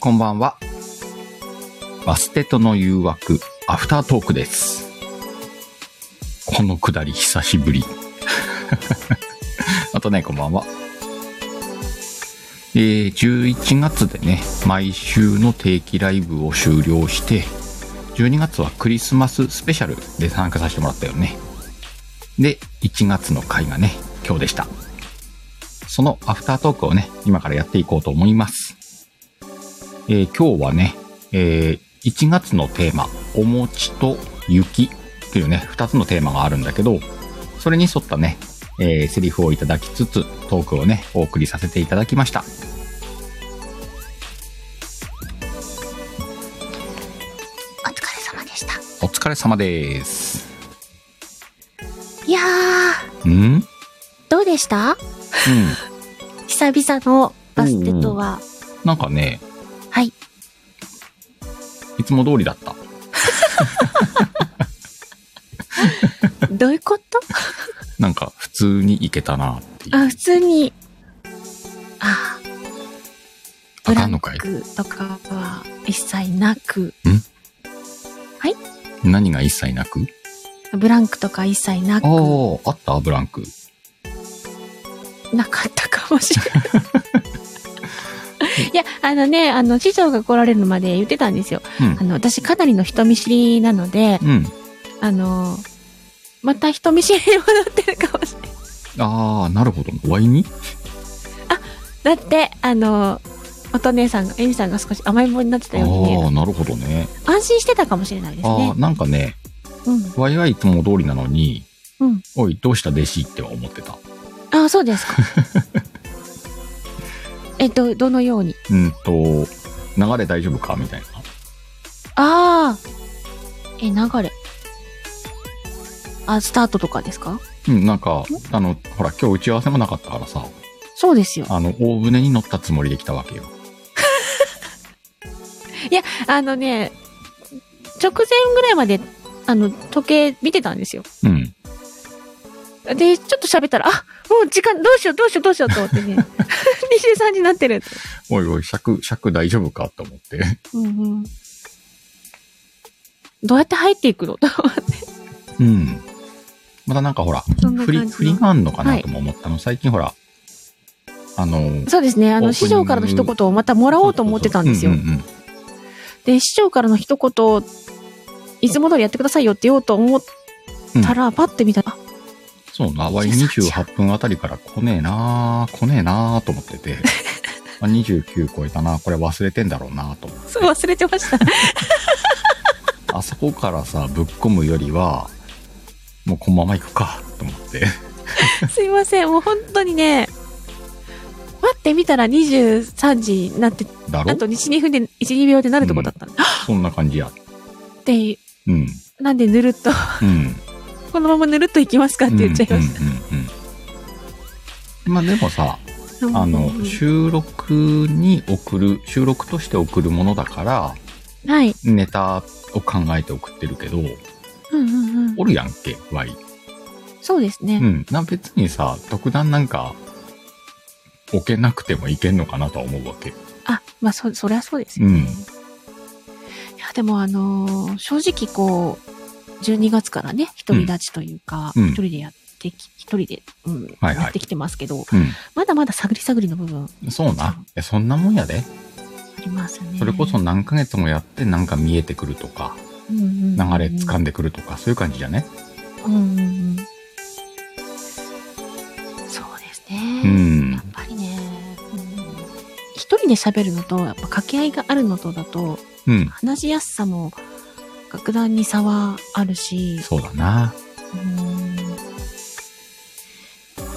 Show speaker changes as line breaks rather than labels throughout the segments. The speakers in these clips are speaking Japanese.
こんばんは。バステとの誘惑、アフタートークです。このくだり久しぶり。 あとね、こんばんは。えー11月でね、毎週の定期ライブを終了して、12月はクリスマススペシャルで参加させてもらったよね。で、1月の回がね、今日でした。そのアフタートークをね、今からやっていこうと思います。えー今日はね、えー1月のテーマ、お餅と雪というね、2つのテーマがあるんだけど、それに沿ったね、えーセリフをいただきつつ、トークをね、お送りさせていただきました。
お疲れ様でした。
お疲れ様です。
いやー、
ん うん。
どうでした久々のバステとは。
なんかね、
はい。
いつも通りだった。
どういうこと
なんか、普通に行けたなっていう。
あ、普通に。あー
あ
ブ
か
ラ
んの
ン
かい
クとかは一切なく、
何が一切なく
ブランクとか一切なく
あ、あ、あったブランク。
なかったかもしれ ない。いや、あのね、あの、師匠が来られるまで言ってたんですよ。
うん
あ。の、私かなりの人見知りなので、
うん。
あの、また人見知りに戻ってるかもしれない
ああ、なるほど。ワイに
だってあのお姉さんがエミさんが少し甘えん坊になってたように
あ
ね
あ、なるほどね。
安心してたかもしれないです
あ
ね
あ、なんかね、
うん
ワイはいつも通りなのに、
うん
おい、どうした弟子っては思ってた。
ああそうです かえっとどのように
うんと、流れ大丈夫かみたいな。
ああえ流れあスタートとかですか
うん、なんか、あの、ほら、今日打ち合わせもなかったからさ、
そうですよ
あの、大船に乗ったつもりで来たわけよ。
あのね直前ぐらいまであの時計見てたんですよ
うん。
でちょっと喋ったらあもう時間どうしようどうしようどうしようと思ってね 23時になってる
おいおい、尺、尺大丈夫かと思って。
うんうん、どうやって入っていくの
うん。またなんかほら、
そんな
振り、
感
振
じ
り
の
があんのかなとも思ったの。最近ほら、あの、
そうですね。あ
オープニング
の、師匠からの一言をまたもらおうと思ってたんですよ
う。んうん
で、師匠からの一言、いつも通りやってくださいよって言おうと思ったら、パッて見たら、あ
そうな、ワイ28分あたりから来ねえなー来ねえなーと思って て、あ29超えたなこれ忘れてんだろうなと思って。
そう忘れてま した。
あそこからさ、ぶっ込むよりは、もうこのまま行くか、と思って。
すいません。もう本当にね、待ってみたら23時になって、
だろ
あと1、2分で、1、2秒でなるとこだったんだ。
そんな感じや。
で、
うん。
なんでぬ るっと、
うん。
このままぬるっといきますかって言っちゃいま
うんう
し
んうんうんまあでもさ、
た。
あの
う、ん
収録に送る、収録として送るものだから、
はい。
ネタを考えて送ってるけど、
うんうんうん。
おるやんけ、ワイ。
そうですね。
うん。な、別にさ、特段なんか、置けなくてもいけんのかなとは思うわけ。
あ、まあ、そ、そりゃそうです
う
よ。
ん。
いや、でもあのー正直こう、12月からね、独り立ちというか、
うん
一人でやってき、一人で、うん、
はいはい
やってきてますけど、
う
まだまだ探り探りの部分あ
ん。そうな。いやそんなもんやで。
りますね。
それこそ何ヶ月もやってなんか見えてくるとか、
うんうん、
流れ掴
ん
んでくるとか、そういう感じじゃね
うんうんうん。そうですね。
うん
やっぱりね、うん一人で喋るのと、やっぱ掛け合いがあるのとだと、
うん。
話しやすさも、格段に差はあるし、
そうだな。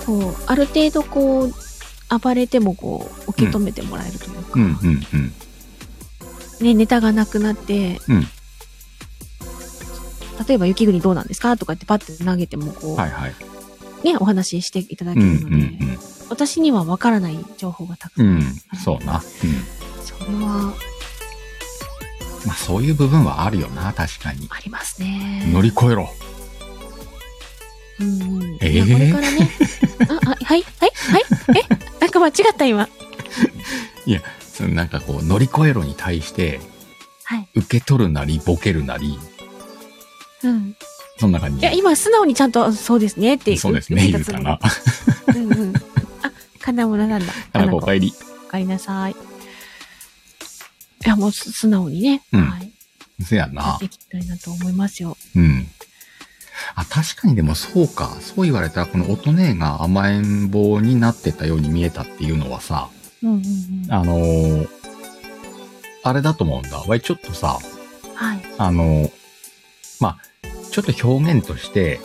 こうある程度こう暴れてもこう受け止めてもらえるというか、
うんうんうん。
ね、ネタがなくなって、
うん
例えば「雪国どうなんですか?」とかってパッて投げてもこう、
はいはい。
ね、お話ししていただ
う
け
ん
るので、
うん
私にはわからない情報がた
う
くさん、
ん。うん。そうな。うん。
それは
まあそういう部分はあるよな、確かに。
ありますね。
乗り越えろ。
うんうん
えー
いやこれからねああはいはいはいえなんか間違った今
なんかこう、乗り越えろに対して、
はい。
受け取るなり、ボケるなり、
うん。
そんな感
い
じ
や、。今、素直にちゃんと、そうですねって
そうですね、言うかな。。
うんうん。あ、金物なんだ。
かなこお
お
帰り。
かえりなさい。いや、もうす、素直にね。
うん
はい。
せや
や
な
って。いきたいなと思いますよ。
うん。あ、確かにでもそうか。そう言われたら、この乙女が甘えん坊になってたように見えたっていうのはさ、
うんうんうん。
あのーあれだと思うんだ。わい、ちょっとさ、
はい。
あのーまあ、ちょっと表現として、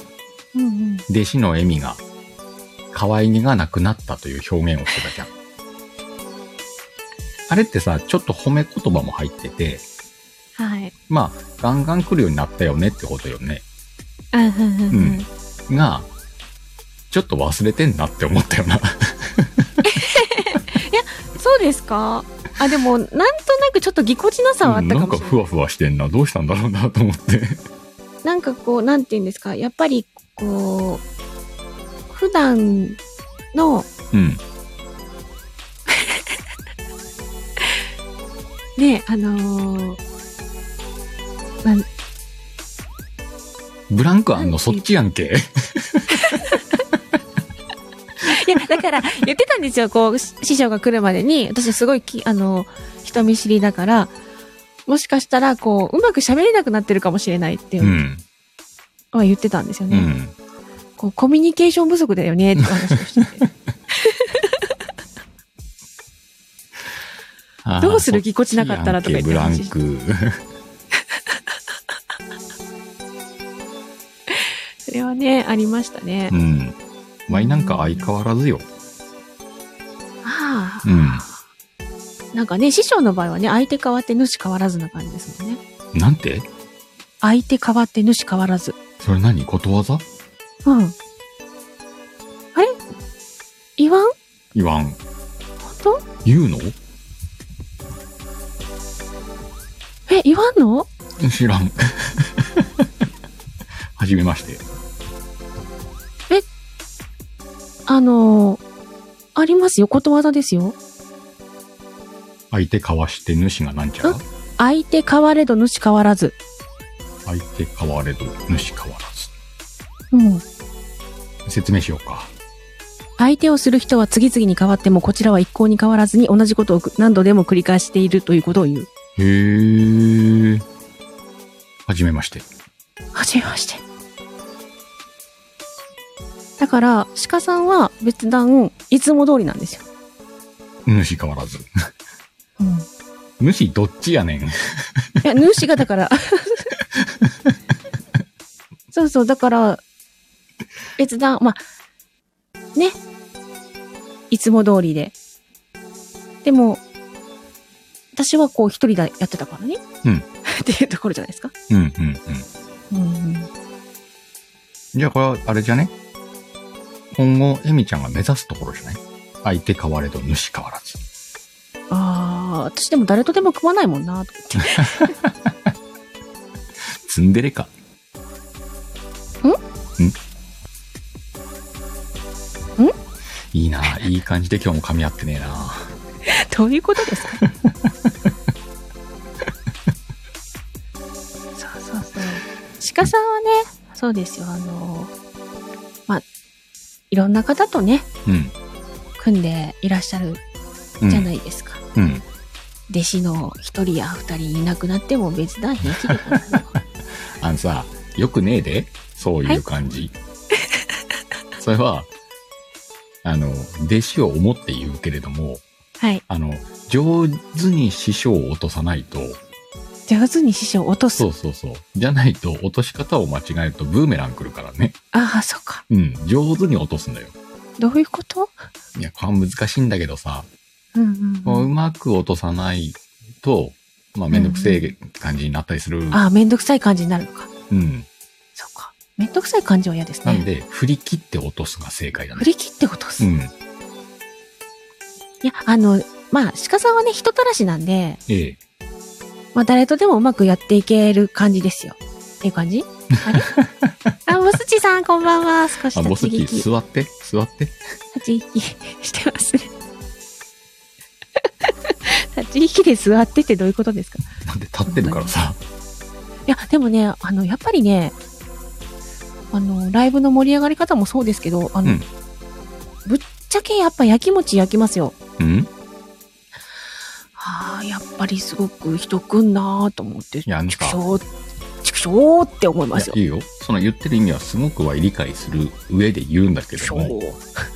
うんうん。
弟子の恵美が、可愛げがなくなったという表現をしてたじゃん。あれってさ、ちょっと褒め言葉も入ってて、
はい。
まあ、ガンガン来るようになったよねってことよね。
うんうんうんうん。
が、ちょっと忘れてんなって思ったよな。
そうですかあ、でも、なんとなくちょっとぎこちなさはあった
な
か
ん
も
か
しれない。
ふわふわしてんな。どうしたんだろうなと思って。
なんかこう、なんて言うんですか、やっぱりこう、普段の、
うん。
ね、あのーなん
ブランクあんのそっちやんけ。
いや、だから、言ってたんですよ、こう、し師匠が来るまでに、私すごいき、あの、人見知りだから、もしかしたら、こう、うまく喋れなくなってるかもしれないっていうう、
ん。
は言ってたんですよ
う
ね。
ん。
こう、コミュニケーション不足だよね、って話をし てて。
あー
どうするぎこちなかったらとか言って
ブラン
話して
ク。
それはね、ありましたね
う。ん。お前なんか相変わらずよ。
ああ。
う
なんかね、師匠の場合はね、相手変わって主変わらずな感じですもんね。
ん。なんて
相手変わって主変わらず。
それ何ことわざ
うん。あれ言わん
言わん。
本
言うの
当え、言わんの
知らん。 はじめまして。
あのーありますよ。ことわざですよ。
相手かわして主がなんちゃら
ん相手変われど主変わらず。
相手変われど主変わらず。
うん。
説明しようか。
相手をする人は次々に変わっても、こちらは一向に変わらずに同じことを何度でも繰り返しているということを言う。
へえ。はじめまして。
はじめまして。だから、鹿さんは別段、いつも通りなんですよ。
主変わらず。
うん。
主どっちやねん。
いや、主がだから。 そうそう、だから、別段、まあ、ね。いつも通りで。でも、私はこう一人でやってたからね。
うん
っていうところじゃないですか。
うんうんうん。
うん。
じゃあこれはあれじゃね今後、エミちゃんが目指すところじゃない相手変われど主変わらず。
ああ、私でも誰とでも組まないもんな、と思って。
ツンデレか。んん
ん
いいな。いい感じで今日も噛み合ってねえな。
どういうことです かそうそうそう。鹿さんはね、そうですよ、あの、まあ、いろんな方とね、
うん。
組んでいらっしゃる
うん、
じゃないですか。
うん。
弟子の一人や二人いなくなっても別段平気でございま
あのさ、よくねえで、そういう感じ。それは、あの、弟子を思って言うけれども、
す はい。
あの、上手に師匠を落とさないと、
上手に師匠を落とす
そ。うそうそう。じゃないと、落とし方を間違えるとブーメラン来るからね。
ああ、そっか。
うん、上手に落とすんだよ。
どういうこと
いや、これは難しいんだけどさ、
うん
も
う
う
ん、う。
うんまく落とさないと、まあ、めんどくせえ感じになったりする。
ああ、めんどくさい感じになるのか。
うん。
そっか。めんどくさい感じは嫌です
なん
ね。
で、振り切って落とすが正解だ
振
ね。
り切って落とす。
うん。
いや、あの、まあ、鹿さんはね、人たらしなんで、
ええ。
まあ、誰とでもうまくやっていける感じですよ。っていう感じあれ あ、ボスチさん、こんばんは。少し
あ、ボ
立
ス
ち
キ
聞き、立
ー、座って、座って。
ち聞きしてますね。立自力で座ってってどういうことですか
なんで立ってるからさ。
いや、でもね、あの、やっぱりね、あの、ライブの盛り上がり方もそうですけど、あの、
うん
ぶっちゃけやっぱ焼き餅焼きますよ。
うんい
ああ、やっぱりすごく人来んなーと思って、
や、なん
畜
か、
生、畜生って思いますよ
い。やいいよ。その言ってる意味はすごくは理解する上で言うんだけど
畜生。
も、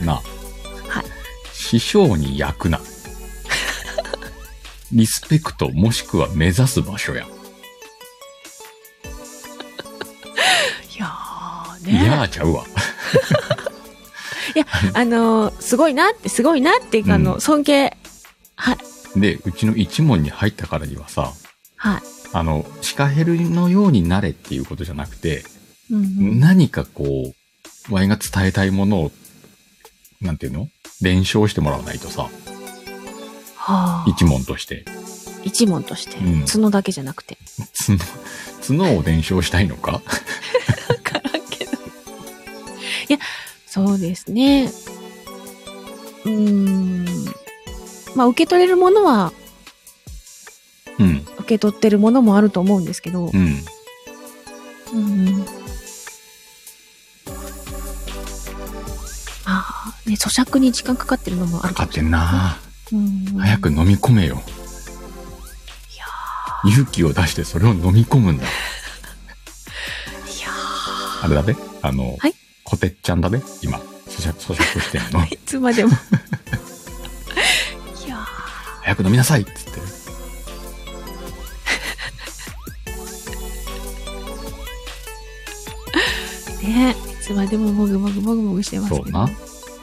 な、
はい
師匠に焼 くな。リスペクトもしくは目指す場所や。
いやー
いやー
ね。
ちゃうわ。
あのー、すごいなって、すごいなって、あの、
うん
尊敬。はい。
で、うちの一門に入ったからにはさ、
はい。
あの、シカヘルのようになれっていうことじゃなくて、
うんうん、
何かこう、ワイが伝えたいものを、なんていうの伝承してもらわないとさ、
はあ。
一問として。
一問として、
うん
角だけじゃなくて。
角、角を伝承したいのか
わからんけど。いや、そうですね。うーん。まあ、受け取れるものは、
うん、
受け取ってるものもあると思うんですけど
う。ん。
うん。ああ、ね、咀嚼に時間かかってるのもあ
か
る
か
か
っ
もしてれ
ん
ない。
な
うんうん
早く飲み込めよ。
いや
勇気を出してそれを飲み込むんだ。
いや
あれだべあの、
はい
コテッちゃんだべ今、咀嚼、咀嚼してんの。
いつまでも。いや
早く飲みなさいっつって。
ーね、いつまでももぐもぐもぐもぐしてますけ
そ
ど。
うな。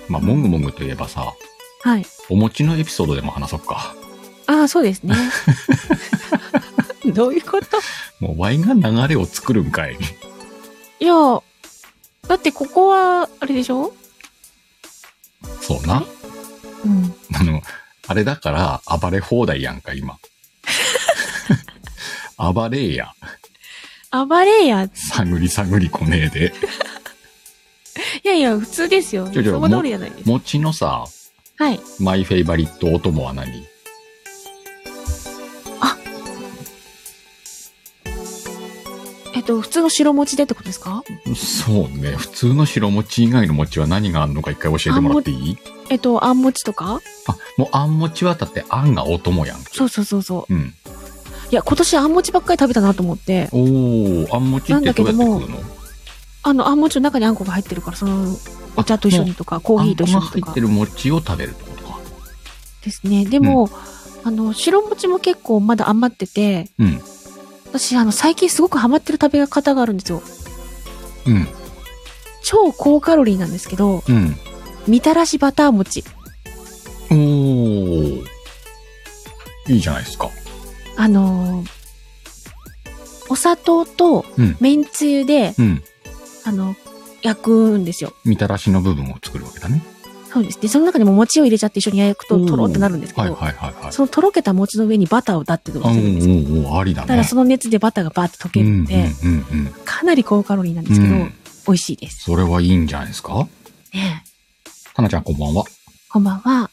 まあ、もぐもぐといえばさ、
はい。
お餅のエピソードでも話そっか。
ああ、そうですね。どういうこと
もうワインが流れを作るんかい。
いや、だってここは、あれでしょ
そうな。
うん。
あの、あれだから暴れ放題やんか、 今。暴れや。
暴れや。い
探り探りこねえで。
やいや、普通ですよ。い
ちょち
つ
ょ
も通りじゃないです。
餅のさ、
はい。
マイフェイバリットお供は何
えっと、普通の白餅でってことですか
そうね。普通の白餅以外の餅は何があんのか一回教えてもらっていい
えっと、あん餅とか
あ、もうあん餅はだってあんがお供やん。
そうそうそうそう。
うん。
いや、今年あん餅ばっかり食べたなと思って、
おー、あん餅ってどうやって食うの
あの、あん餅の中にあんこが入ってるから、その、お茶と一緒にとか、コーヒーと一緒
あん
に
こ
と
が入
か
ってる餅を食べるってことか。
ですね。でも、あの、白餅も結構まだ余ってて、
うん。
私、あの、最近すごくハマってる食べ方があるんですよ。
うん。
超高カロリーなんですけど、
うん。
みたらしバター餅。
おー。いいじゃないですか。
あのーお砂糖と
うん
めんつゆで、
うん。
あの、焼くんですよ。
みたらしの部分を作るわけだね。
そうです。で、その中にも餅を入れちゃって一緒に焼くと
おー
とろってなるんですけ
はい
ど、
はいはいはい。
そのとろけた餅の上にバターをだって乗
あ
せるんですよ。
んおーおーありだ
ただ
ね。
その熱でバターがバーって溶けるんで、
うんうんうんうん
かなり高カロリーなんですけど、
うん。
美味しいです。
それはいいんじゃないですか
ねえ
かなちゃんこんばんは。
こんばんは。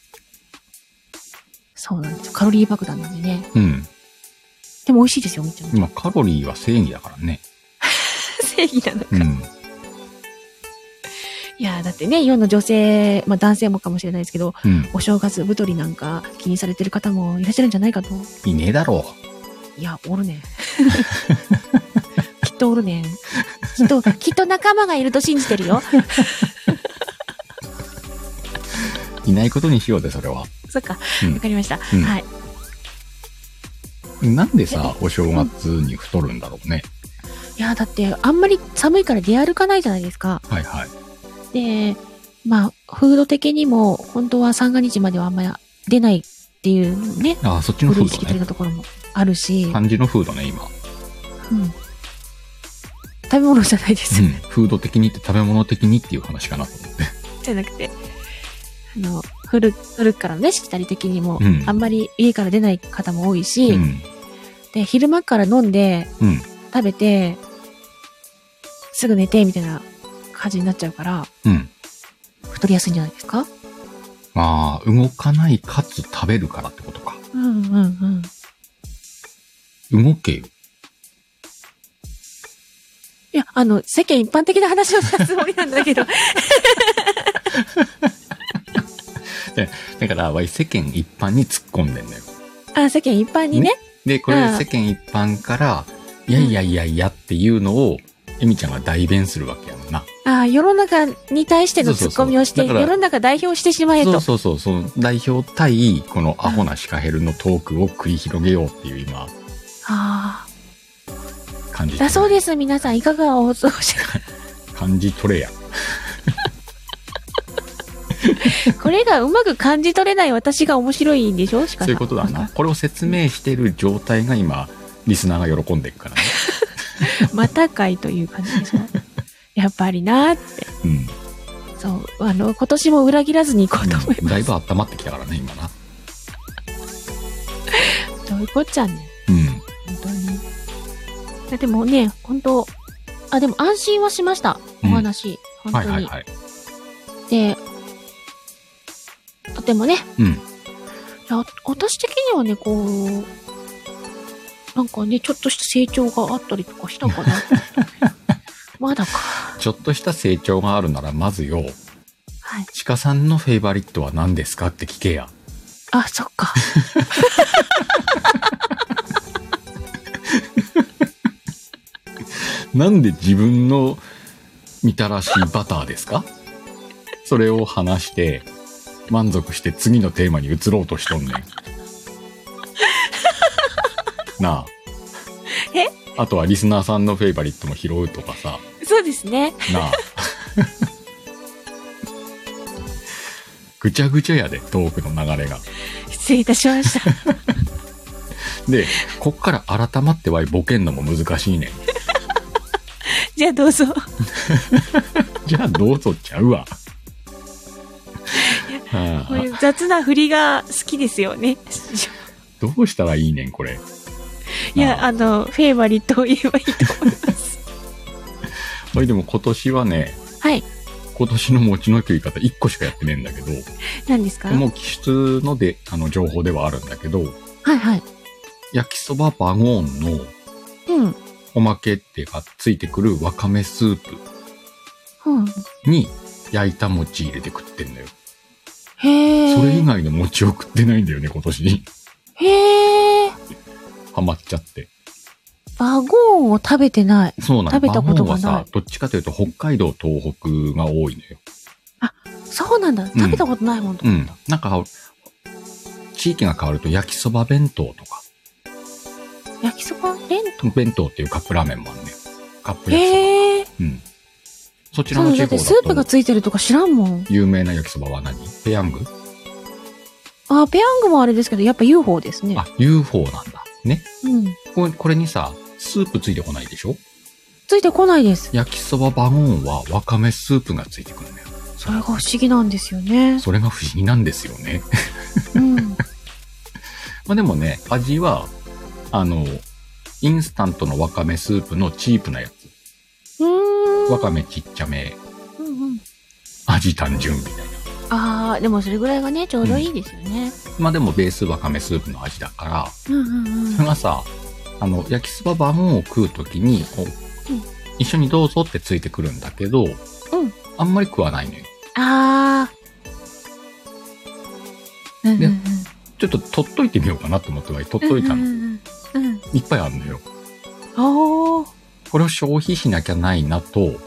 そうなんですよ。カロリー爆弾なんでね。
うん。
でも美味しいですよ、みっちゃん。
今カロリーは正義だからね。
正義なのか。
うん。
いやー、だってね、世の女性、まあ男性もかもしれないですけど、
うん。
お正月太りなんか気にされてる方もいらっしゃるんじゃないかと。
いねえだろ
いや、おる ねん。きっとおるねん。きっと、きっと仲間がいると信じて るよ。
う。いないことにしようぜ、それは。
そっか。わ、
うん
かりました。
うん
はい。
なんでさ、お正月に太るんだろうね。
いや、だって、あんまり寒いから出歩かないじゃないですか。
はいはい。
で、まあ、風土的にも、本当は三が日まではあんまり出ないっていうのもね、
ああ、そっちの風
古い式
土
的
ね。
なところもあるし、
漢字の風土ね、今。
うん食べ物じゃないです
う
よ
ん
ね。。
風土的にって食べ物的にっていう話かなと思って。
じゃなくて、あの、古古くからのね、しきたり的にも、
うん
あんまり家から出ない方も多いし、
うん。
で、昼間から飲んで、
うん。
食べて、すぐ寝て、みたいな感じになっちゃうから、
うん。
太りやすいんじゃないですか
まあ、動かないかつ食べるからってことか。
うんうんうんうん。
動けよ。
いや、あの、世間一般的な話をしたつもりなんだけ ど。
だから、わい世間一般に突っ込んでんだよ。
あ、世間一般にね。
で、これ
ああ
世間一般から、いやいやいやいやっていうのを、エミちゃんが代弁するわけやもんな。
あ世の中に対しての
そ
ツ
う
ッ
そうそう
コミをして、
だから
世の中代表してしまえ
そ
と
う。そうそう、その代表対、このアホなシカヘルのトークを繰り広げようっていう今、
あ
感じ
あ。だそうです。皆さん、いかがお過ごしか。
感じ取れや。
これがうまく感じ取れない私が面白いんでしょしか
そういうことだな。。これを説明してる状態が今、リスナーが喜んでるからね。
またか いという感じでしょやっぱりなって。
うん。
そう。あの、今年も裏切らずに行こうと思います。
だいぶ温まってきたからね、今な。
どういうこっちゃねん
うん。
本当に。いやでもね、本当あ、でも安心はしました。お
うん
話。
は
本
い
当に。
はいはい。
で、とてもね、
うん。
いや、私的にはね、こう、なんかね、ちょっとした成長があったりとかした かな。まだか。
ちょっとした成長があるなら、まずよ、
はい。
鹿さんのフェイバリットは何ですかって聞けや。
あ、そっか。
なんで自分のみたらしバターですかそれを話して、満足して次のテーマに移ろうとしとんねん。なあ。
え
あとはリスナーさんのフェイバリットも拾うとかさ。
そうですね。
なあ。ぐちゃぐちゃやで、トークの流れが。
失礼いたしま した。
で、こっから改まってわいボケんのも難しいねん。
じゃあどうぞ。
じゃあどうぞちゃうわ。は
こう
あ
いう雑な振りが好きですよね。
どうしたらいいねん、これ。
いや、
あ
あの、フェイバリットを言えばいいと思います。
俺でも今年はね、
はい。
今年の餅の食い方1個しかやってねえんだけど、
何ですか
もう気質ので、あの、情報ではあるんだけど、
はいはい。
焼きそばバゴーンの
うん。
おまけってがついてくるわかめスープ
うん。
に焼いた餅入れて食ってんだよ。
へえ。
それ以外の餅を食ってないんだよね、今年。
へえ。
ハマっちゃって。
バゴンを食べてない。
そうなの。
食べたことが
バ
ない
ゴンはさ、どっちかというと北海道、東北が多いのよ。
そうなんだ。食べたことないもんと
う
思っ
ん
た。。
なんか、地域が変わると焼きそば弁当とか、
焼きそばレン
弁当っていうカップラーメンもあるね。カップ焼きそば。
へえ。
うん。そちら
そ
の
う
地
だっ
方
てスープ
だ
が
と、
ついてるとか知らんもん。
有名な焼きそばは何ペヤング
あ、ペヤングもあれですけど、やっぱ UFO ですね。
あ、UFO なんだ。ね。
うん。
これこれにさ、スープついてこないでしょ
ついてこないです。
焼きそばバゴンはわかめスープがついてくるんだよ。
それが不思議なんですよね。
それが不思議なんですよね。
うん。
まあでもね、味は、あの、インスタントのわかめスープのチープなやつ。
うーん。
わかめちっちゃめ、
うんうん。
味単純みたいな。
ああ、でもそれぐらいがね、ちょうどいいですよね。
まあでもベースわかめスープの味だから、
うんうんうん
それ。がさ、あの、焼きそばバーンを食うときに、こう
うん
一緒にどうぞってついてくるんだけど、あんまり食わないのよ。
ああ。うんうんうん。
ちょっと取っといてみようかなと思って、取っといた
うん
の。
うんうん。うん。
いっぱいあるのよ。
おー。
これを消費しなきゃないなと、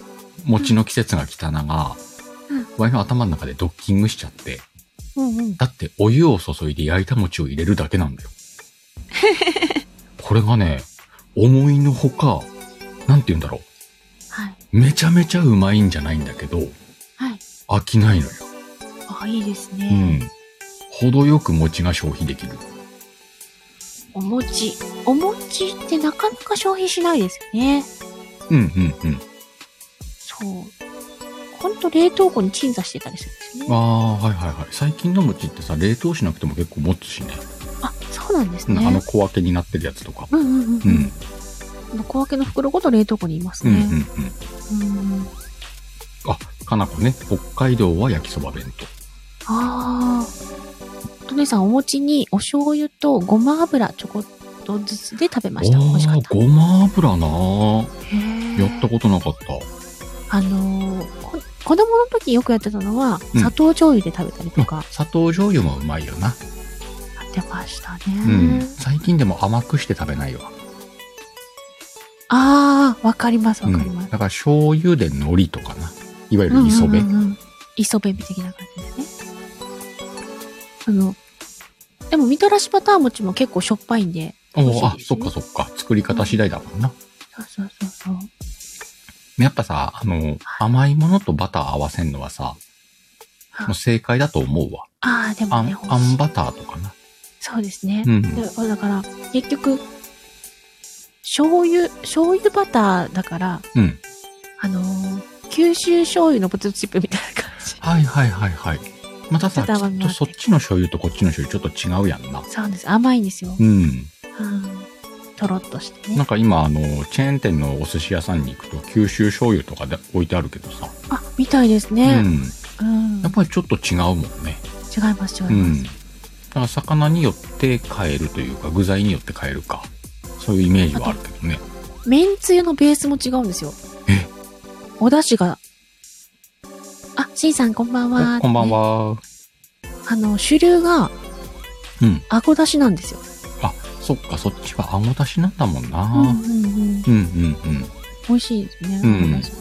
餅の季節が来たなが
うん、
ワイの頭の中でドッキングしちゃって、
うんうん。
だってお湯を注いで焼いた餅を入れるだけ なんだよ。これがね、思いのほか、なんて言うんだろ
はい。
う。めちゃめちゃうまいんじゃないんだけど、
はい。
飽きないのよ。
ああ、いいです
う
ね。
ん。程よく餅が消費できる。
お餅。お餅ってなかなか消費しないですよね。
うんうんうん。
そう。ほんと冷凍庫に鎮座してたりするんですよね。
ああ、はいはいはい。最近の餅ってさ、冷凍しなくても結構持つしね。
あ、そうなんです
うん
ね。
あの小分けになってるやつとか。
うんうんうん。
うん。
あの小分けの袋ごと冷凍庫にいます
うんうん
ね。
うん。
うん。
あ、かなこね、北海道は焼きそば弁
ああ。とねさん、お餅にお醤油とごま油ちょこっとずつで食べました。美味しか
あ
った
ー。ごま油なあ
へー
やったことなかった
あのーこ子供の時よくやってたのは、
うん
砂糖醤油で食べたりとか
砂糖醤油もうまいよな
やってましたね。
うん最近でも甘くして食べないわ
ああ、わかります、
う
わ
ん
かります。
だから醤油で海苔とかないわゆ
うんうん
る磯辺
うんうん磯辺的な感じですね。あの、でも、みたらしバター餅も結構しょっぱいんで。
お
美味しい
ーあ
です
そ
ね
っかそっか作り方次第だもんな
そうそうそうそう。
やっぱさあの甘いものとバター合わせんのはさ
あ
もう正解だと思うわ
ああ、で
あ
も
ん
ね、
あ
美味し
ん
い
バターとかな
そうですね
う。ん
でだから、結局、醤油、醤油バターだから、
うん
あのー九州醤油のポテトチップみたいな感じ。
はいはいはいはいまたさ
バターは
きっとそっちの醤油とこっちの醤油ちょっと違うやんな
そうです。甘いんですよ。
うん
うん。とろっとして
な
ね
ん。か今あのチェーン店のお寿司屋さんに行くと九州醤油とかで置いてあるけどさ、
あ、みたいです
う
ね。
ん、
うん。
やっぱりちょっと違うもんね
違います、違います。
うんだから魚によって変えるというか具材によって変えるかそういうイメージはあるけどね
めんつゆのベースも違うんですよ。
え
お出汁が。あ、しんさんこんばんは。
おこんばん。は
あの、主流が、
うん
あご出汁なんですよ。
そっかそっちはあごだしなんだもん
うんう
な、
んう
う
ん。
ん、うんうん
美味しいですね。
うん
あご出汁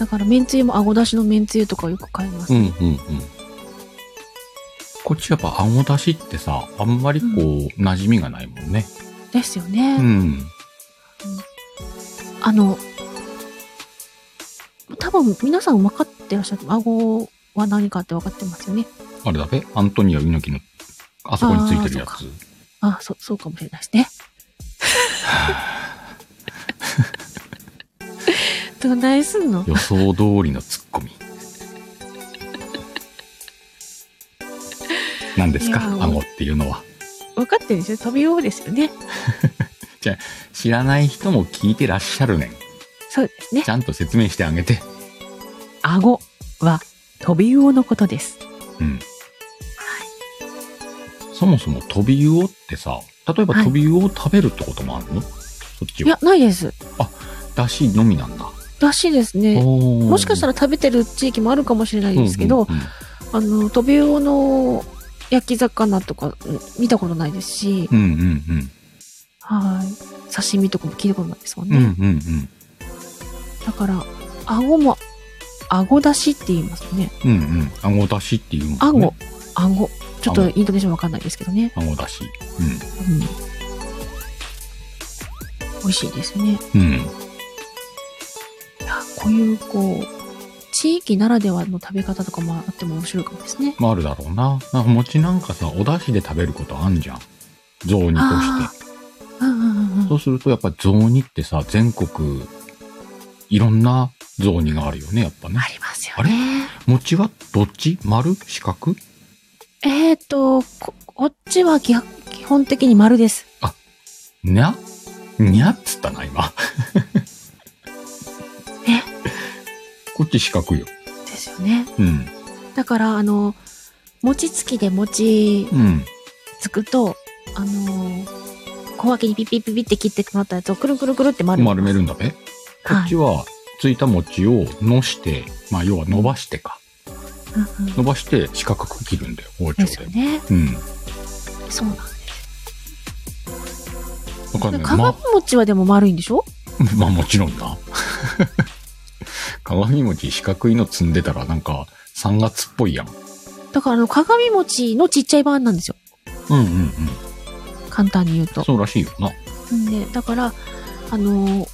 だから、めんつゆもあご出汁のめんつゆとかよく買います。
うんうんうんこっちやっぱあごだしってさあんまりこう、馴染みがないもんね
ですよね。
うん
あの、多分皆さん分かってらっしゃる。あごは何かって分かってますよね。
あれだべアントニオ猪木のあそこについてるや
あー
つ
あ、そ、そうかもしれないですね。 どないすんの
予想通りのツッコミ何ですか
いや
顎っていうのは
分かってるでしょ飛びようですよね。
知らない人も聞いてらっしゃるねん
そうですね
ち。ゃんと説明してあげて
顎は飛び魚のことです。
うんそもそも飛び魚ってさ例えば
はい
飛び魚を食べるってこともあるの、そっち
いや
は、
ないです。
だしのみなんだ
らしいですね。も
も
しかした
ら
ら食べてる地域もあるかもしれないですけど、
うんうん
あの、飛び魚の焼き魚とかうん見たことないですし、
うんうんうん
はい。刺身とかも聞いたことないですもん
う
ね。
んうんうん
だから、顎も、顎出しって言いますね。
うんうん顎だしっていうもんね
顎、顎。ちょっとイントネーションわかんないですけどね。
顎だし
うん。美味しいですね。
うんうん
いやこういうこう地域ならではの食べ方とかもあっても面白いかもですね。
まああるだろうな。なんか餅なんかさ、お出汁で食べることあんじゃん。雑煮と
あ
して。
うんうんうんう
そ
ん。
うするとやっぱ雑煮ってさ、全国、いろんな雑煮があるよね、やっぱね
あ。りますよね。
餅はどっち丸四角
えっ、ー、とここっちは基基本的に丸です。
にゃにゃっつったな、 今。
え
こっち四角よ。
ですよね。
うん。
だからあの餅つきで餅
うん。
つくとあの小分けにピッピッピッピッって切ってもらったやつをくるんくるんくるんって丸めます
丸めるんだべ。こ
は
っ
い
ち。は、ついた餅をのして、まあ要は伸ばしてか。
うんうん
伸ばして四角く切るんだよ、包丁
ですよ
で。
ね。
うん。
そうなんで
わかんな
す。
い。ま
鏡餅はでも丸いんでしょ？
まあ もちろんな。鏡餅四角いの積んでたらなんか3月っぽいやん。
だからあの鏡餅のちっちゃい版なんですよ。
うんうんうん。
簡単に言うと。
そうらしいよな。
でだからあの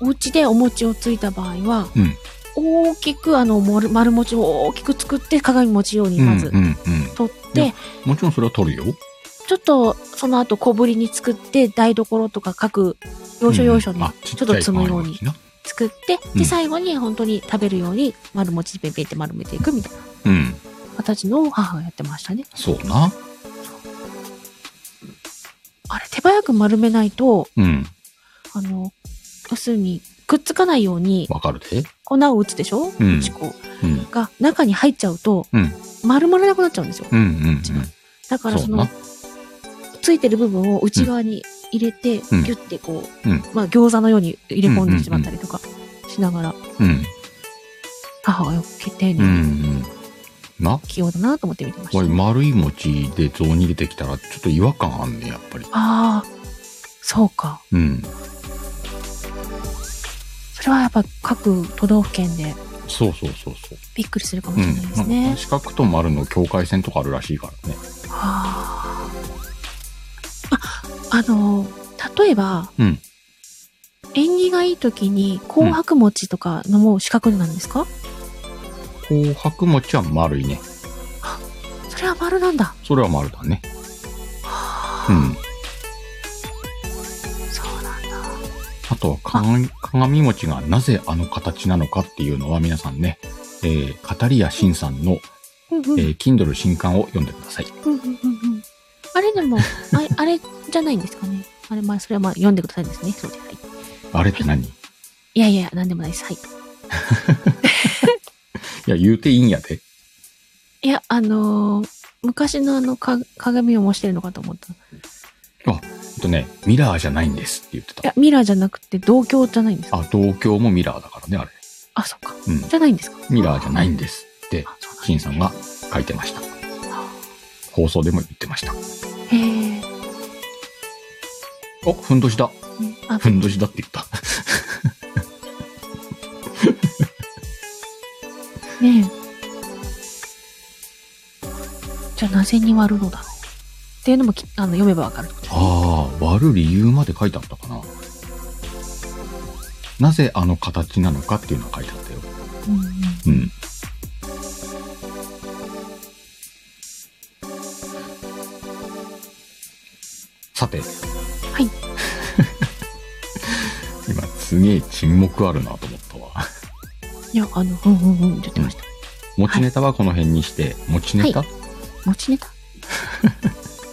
お家でお餅をついた場合は、
うん
大きくあの丸丸餅を大きく作って鏡餅用に
うん
ま
うん
ず
うん。
取って、
いやもちろんそれは取るよ。
ちょっとその後小ぶりに作って台所とか各要所要所
うん
に
うんあち
ちょっと積むように
ちっちゃい鏡
作って、
うん
で最後に本当に食べるように丸餅ペンペンって丸めていくみたいな
餅なうん。
形のを母がやってましたね。
そうな。
あれ手早く丸めないと
うん。
あの要するにくっつかないように
わかるで。
粉を打つでしょ、
うん
打ち粉を
うん。
が中に入っちゃうと、
うん
丸まらなくなっちゃうんですよ。
うんうんうん。
だからそ
そうな
の、ついてる部分を内側に入れて、
うん
ギュッてこう、
うん
まあ餃子のように入れ込んでしまったりとかしながら、
うん。
母がよく丁
う
寧に
ん。な
器用だなと思って見てました。
これ丸い餅で雑煮出てきたらちょっと違和感あんね、やっぱり。
ああ、そうか。
うん。
それはやっぱ各都道府県で
そうそうそうそう。
びっくりするかも
う
し
ん
れないで。す
なんか
ね。
四角と丸の境界線とかあるらしいからね。
あーあ、あの、例えば、
うん
縁起がいい時に紅白餅とかのも四角なんですか、
紅白餅は丸いね。
それは丸なんだ。
それは丸だね。う
はあ
ん。
そうなんだ。
あとは鏡、鏡餅がなぜあの形なのかっていうのは皆さんね、えー、片リアシンさんの、
うんうん
えー、Kindle 新刊を読んでください。
うんうんうんうんあれでも、あれ、 あれじゃないんですかね。あれ、まあ、それはまあ、読んでくださいですね。そうで、はい。
あれって何い
いやいや、なんでもないです。はい。
や、言うていいんやで。
いや、あのー昔のあのか、鏡を模してるのかと思った。い
えっとね、ミラーじゃないんですって言ってた。
や、ミラーじゃなくて、銅鏡じゃないんですか
あ、同郷もミラーだからね、あれ。
あ、そっか。
うん。
じゃないんですか
ミラーじゃないん
で。
ですって、
あ、そうなんだ
シンさんが書いてました。放送でも言ってました。
へえ。
お、ふんどしだ。
あ、
ふんどしだって言った。
ねえ。じゃあ、なぜに割るのだろうっていうのもきあの読めばわかるってことですね。
ああ、割る理由まで書いてあったかな。なぜあの形なのかっていうのが書いてあったよ。
うんうん。
うん。さて。はい 今すげえ沈黙あるなと思ったわ。
いや、あの、うんうんうんって言ってました。
持ちネタはこの辺にして、持ちネタ、
持ちネタ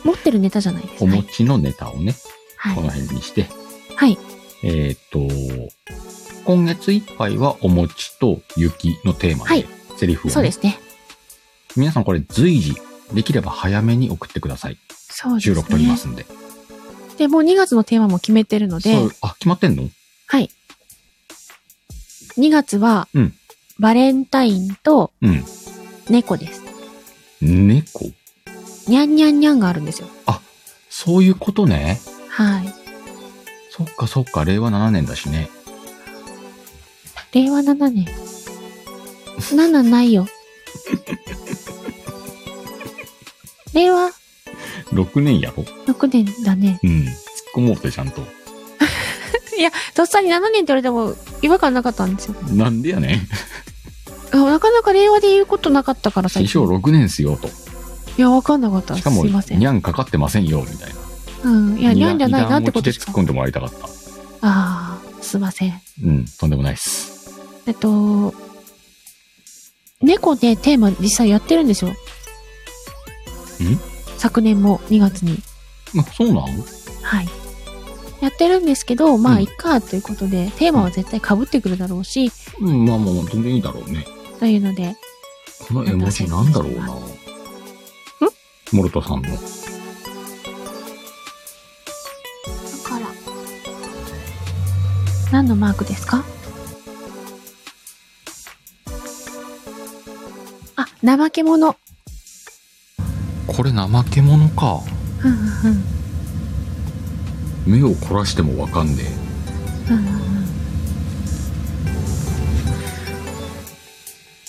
持ってるネタじゃないです
お
か。
持ちのネタをね、
はい
この。辺にして、
はい。
えーっと、今月いっぱいはお餅と雪のテーマ
は
で
い、
セリフをね、
そうですね。
皆さんこれ随時、できれば早めに送ってください。
そうです
収
ね。
録取りますんで。
で、もう2月のテーマも決めてるので、
そう、あ、決まってんの
はい。2月は、
うん
バレンタインと
うん。
猫です。
猫
にゃんにゃんにゃんがあるんですよ。
そういうことね。
はい。
そっかそっか、令和7年だしね。
令和7年。7ないよ。令和
6年やろ
6年だね。
うん。突っ込もうぜ、ちゃんと。
とっさに7年って言われても違和感なかったんですよ。
なんでやねん。
あなかなか令和で言うことなかったから
最
最
初
近。
6年っすよ、と。
いや、わかんなかった。
し
す
かも、
いません
に。ゃんかかってませんよ、みたいな。
うん。いや、にゃんじゃないなってこと
で
し
突
か
っ。込んでもらいたかった。
ああ、すいません。
うん、とんでもないっす。
えっと、猫でテーマ実際やってるんですよ。昨年も2月に。
あそうなん
はい。やってるんですけど、ま
う
あ、
ん
いっか、ということで、テーマは絶対被ってくるだろうし、
うん、まあまあまあ、全然いいだろうね。
というので、
この絵文字なんだろうな。んモルトさんの。
だから、何のマークですかあ、怠け者。
これ怠け者か。
うんうんうん。
目を凝らしてもわかんねえ。
うんうんうん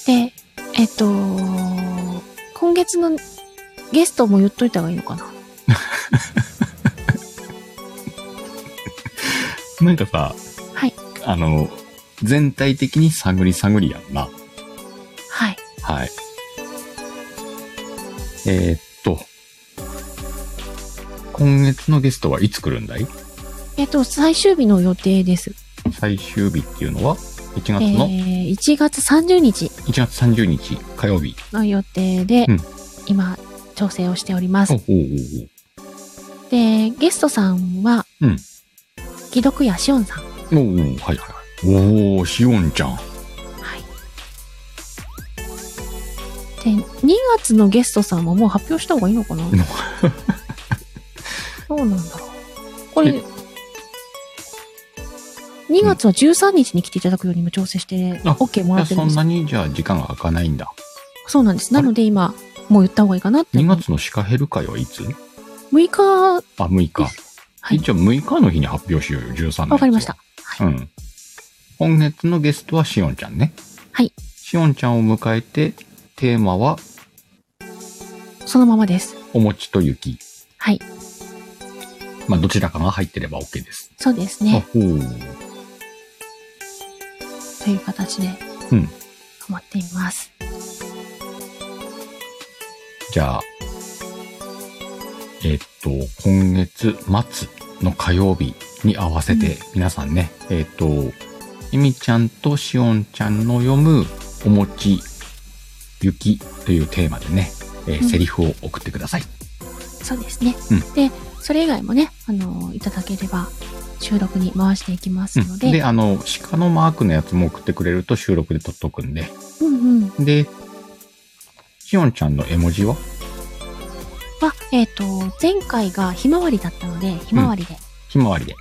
で、えっと、今月のゲストも言っといた方がいいのかな。
なんかさ、
はい。
あの、全体的に探り探りやんな。
はい。
はい。えーっと、今月のゲストはいつ来るんだい
えっと、最終日の予定です。
最終日っていうのは、1月
え
の、
ー、1月30日
1月30日火曜日。
の予定で、
うん
今、調整をしております
おお。おお
で、ゲストさんは、
うん
既読やしおんさん。
おおはいはいはい。おおしおんちゃん。
はい。で、2月のゲストさんももう発表した方がいいのかな
でも
どうなんだろう。これ、
え
2月は13日に来ていただくように今調整して、
あ
OK もらってる
そ
ん
ん
です
なにじゃあ時間が空かないんだ。
そうなんです。
あ
な
れ
ので今、もう言った方がいいかなって。
2月のシカヘル会はいつ
6日、
あ、6日。
はい
一応6日の日に発表しようよ、13日。
わかりました。。
うん。今月のゲストはしおんちゃんね。
はい。
しおんちゃんを迎えて、テーマは、
そのままです。
お餅と雪。
はい。
まあ、どちらかが入ってれば OK です。
そうです
あ、
ね。
ほう。
という形で、
うん
思っています。
じゃあ、えっと、今月末の火曜日に合わせて、皆さんね、えっと、ゆみちゃんとしおんちゃんの読むお餅、雪というテーマでね、えー
うん
セリフを送ってください。
そうですね。
うん
で、それ以外もね、あの、いただければ、収録に回していきますので。
で、あの、鹿のマークのやつも送ってくれると収録で撮っとくんで。
うんうん。
で、しおんちゃんの絵文字は
は、えっ、と、前回がひまわりだったので、ひまわりで。
ひまわりで。。
は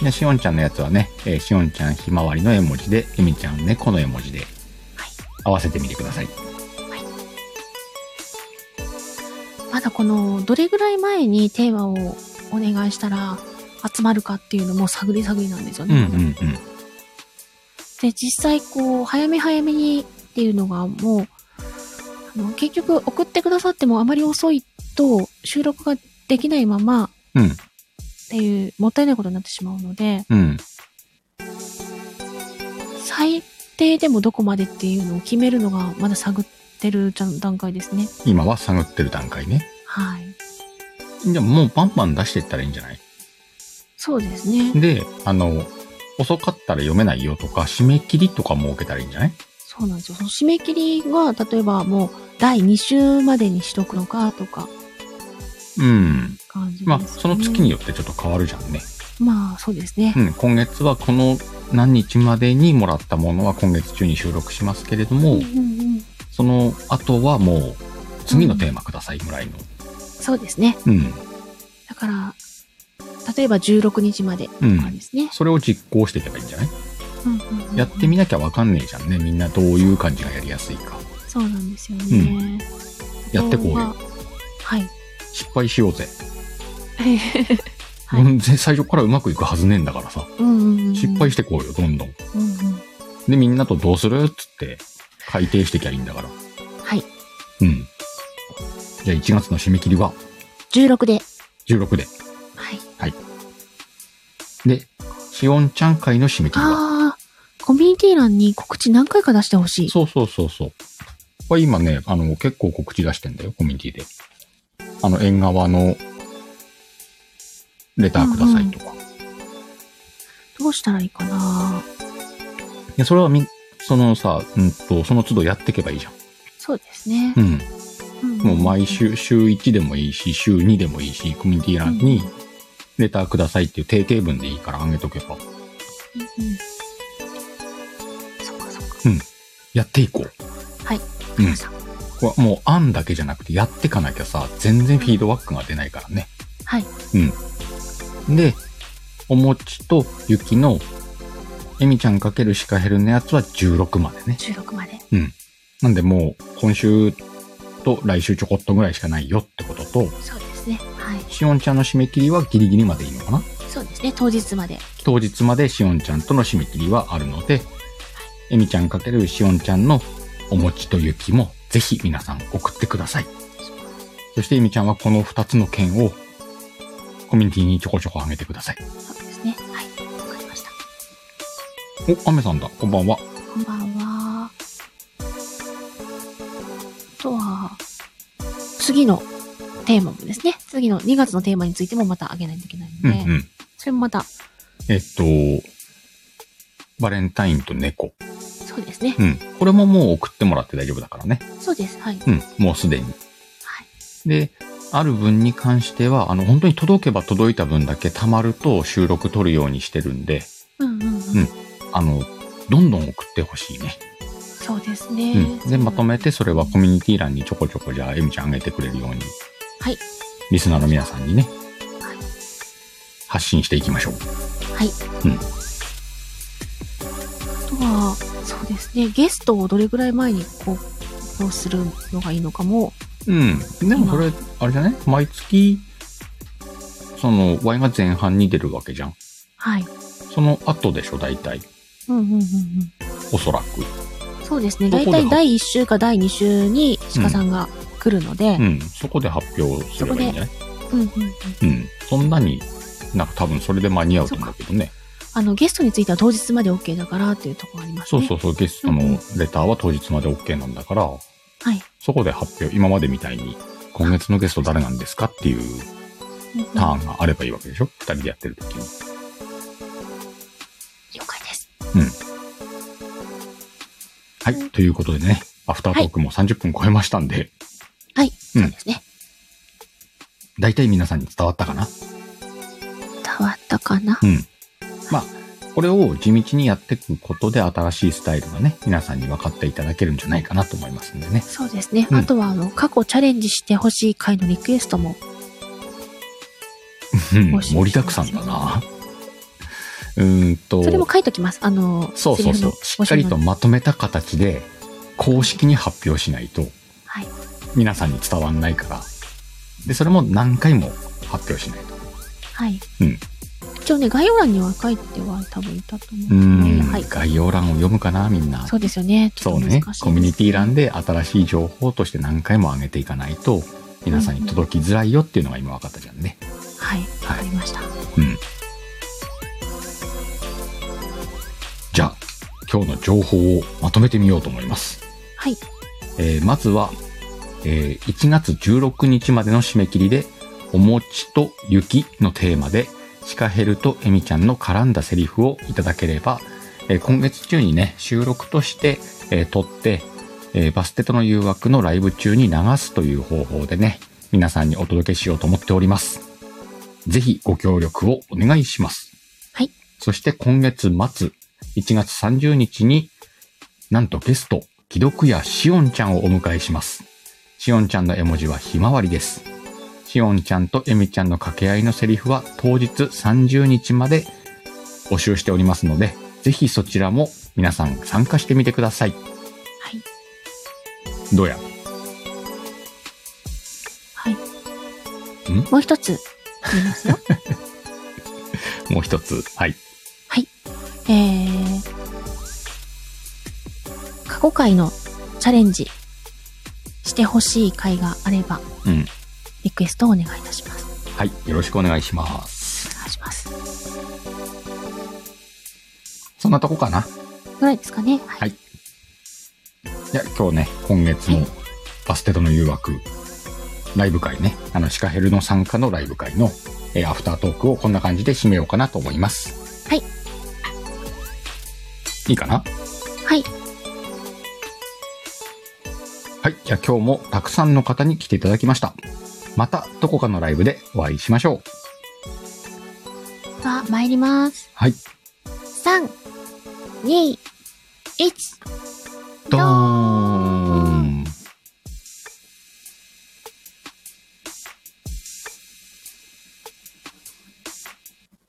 い
で、しおんちゃんのやつはね、えーしおんちゃんひまわりの絵文字で、ゆみちゃん猫の絵文字で、
はい
合わせてみてください。
まだこの、どれぐらい前にテーマをお願いしたら、集まるかっていうのも探り探りなんですよ
うんう
ね。
んうん。
で、実際こう、早め早めにっていうのがもう、あの結局送ってくださってもあまり遅いと収録ができないままっ
うん
ていう、もったいないことになってしまうので、
うん。
最低でもどこまでっていうのを決めるのがまだ探ってるじゃん段階ですね。
今は探ってる段階ね。
はい。
じゃあもうバンバン出していったらいいんじゃない
そうですね。
で、あの、遅かったら読めないよとか、締め切りとか設けたらいいんじゃない
そうなんですよ。その締め切りが、例えばもう第2週までにしとくのかとか
うん。
感じです、
ま
ね。
あ、その月に。よってちょっと変わるじゃんね。
まあ、そうですね
う。ん、今月はこの何日までにもらったものは今月中に収録しますけれども、
うんうんうん。
その後はもう次のテーマくださいぐらいの。
そうですね。
うん。
だから、例えば16日までとかですね。
それを実行していけばいいんじゃない
うんうんうんうん
やってみなきゃわかんねえじゃんね。みんなどういう感じがやりやすいか。
そうなんですよね。
やってこう
あ
よ。
とは はい。
失敗しようぜ。
はい
うんぜ最初からうまくいくはずねえんだからさ。
うんうんうんうん
失敗してこうよ、どんどん。
うんうん
で、みんなとどうするっつって改定してきゃいいんだから。
はい。
うん。じゃあ1月の締め切りは
16で。
16で。
はい。
で、しおんちゃん会の締め切りは
ああ、コミュニティ欄に告知何回か出してほしい。
そうそうそうそう。これ今ね、あの、結構告知出してんだよ、コミュニティで。あの、縁側の、レターくださいとか。
どうしたらいいかない
や、それはみ、そのさ、うんと、その都度やっていけばいいじゃん。
そうですね
う。ん。
んん
もう毎。週、週1でもいいし、週2でもいいし、コミュニティ欄に、レターくださいっていう定型文でいいからあげとけば、
うんうんそっかそっか。
やっていこう。
は
うん
い。わかりました
これはもう案だけじゃなくて、やってかなきゃさ、全然フィードバックが出ないからね。
はい。
で、お餅と雪の、えみちゃん×シカヘルのやつは16までね。
16まで。
なんでもう、今週と来週ちょこっとぐらいしかないよってことと、
そうですね。はい。
しおんちゃんの締め切りはギリギリまでいいのかな
そうですね。当日まで。
当日までしおんちゃんとの締め切りはあるので、えみちゃん×しおんちゃんのお餅と雪も、ぜひ皆さん送ってください。そしてえみちゃんはこの2つの件を、コミュニティにちょこちょこあげてください。
そうですね。はい。わかりました。
お、アメさんだ。こんばんは。
こんばんは。あとは、次のテーマもですね。次の2月のテーマについてもまたあげないといけないの
うん
で、
うん。
それもまた、
えっと、バレンタインと猫。
そうですね。
うん。これももう送ってもらって大丈夫だからね。
そうです。はい。
うん。もうすでに。
はい。
で、ある分に関しては、あの、本当に届けば届いた分だけ溜まると収録取るようにしてるんで、
うんうんうん。
あの、どんどん送ってほしいね。
そうですね。
うん、でまとめてそれはコミュニティ欄にちょこちょこじゃあエミちゃん上げてくれるように
はい。
リスナーの皆さんにね
はい
発信していきましょう
はい。
うん
あとは、そうですね。ゲストをどれぐらい前にこう、こうするのがいいのかも。
うん。でもそれ、あれじゃね毎月、その、Y が前半に出るわけじゃん。
はい。
その後でしょ、大体。
うんうんうんうん。
おそらく。
そうですね。
どこ
大
で
体第1週か第2週に鹿さんが来るので、
うん。そこで発表すればいいんじゃない
うんうんうん
うん。そんなに、なんか多分それで間に合うと思うけどね。
あの、ゲストについては当日まで OK だからっていうところあります
そう
ね。。
そううそう、ゲストのレターは当日まで OK なんだから、
はい。
そこで発表、今までみたいに、今月のゲスト誰なんですかっていう
うんうん
ターンがあればいいわけでしょ二人でやってる時に。
了解です。
はい。ということでね、アフタートークも30分超えましたんで、
はい。
うん
そうですね。
大体皆さんに伝わったかな
伝わったかな、
うん。まあ、これを地道にやっていくことで新しいスタイルがね、皆さんに分かっていただけるんじゃないかなと思いますんでね。
そうですね。
うん
あとは、あの、過去チャレンジしてほしい回のリクエストも。
うん
もし
盛りだくさんだな。うーんと、
それも書いときます。あの、
そうそうそう。しっかりと。まとめた形で、公式に発表しないと、
はい。
皆さんに伝わんないから。で、それも何回も発表しないと。
はい。
うん
一応ね、概要欄には書いては多分いたと思
うー
うの
ん、
で。はい。
概要欄を読むかな、みんな。
そうですよね。ち
そ
ょっ
う
と難しい
ね
です。
コミュニティ欄で新しい情報として何回も上げていかないと、皆さんに届きづらいよっていうのが今分かったじゃんね。
はい。わかりました。
うん。じゃあ、今日の情報をまとめてみようと思います。
はい。
えーまずは、えー1月16日までの締め切りで、お餅と雪のテーマで、シカヘルとエミちゃんの絡んだセリフをいただければ、えー今月中にね、収録として、えー撮って、えーバステとの誘惑のライブ中に流すという方法でね、皆さんにお届けしようと思っております。ぜひご協力をお願いします。
はい。
そして今月末、1月30日に、なんとゲスト、既読やしおんちゃんをお迎えします。しおんちゃんの絵文字はひまわりです。しおんちゃんとえみちゃんの掛け合いのセリフは当日30日まで募集しておりますので、ぜひそちらも皆さん参加してみてください。
はい。
どうや
はい。
ん
もう一つ言いますよ。
もう一つ。はい。
えー、過去回のチャレンジしてほしい回があれば、
うん。
リクエストをお願いいたします。
はい。よろしくお願いします。
お願いします。
そんなとこかな。
ぐらいですかね。はい
はいいや、今日ね、今月
は
も
い
バステドの誘惑、ライブ会ね、あの、シカヘルの参加のライブ会の、えーアフタートークをこんな感じで締めようかなと思います。
はい。
いいかな
はい。
はい。じゃあ今日もたくさんの方に来ていただきました。またどこかのライブでお会いしましょう。
では、参ります。
はい。
3、2、1。
どーん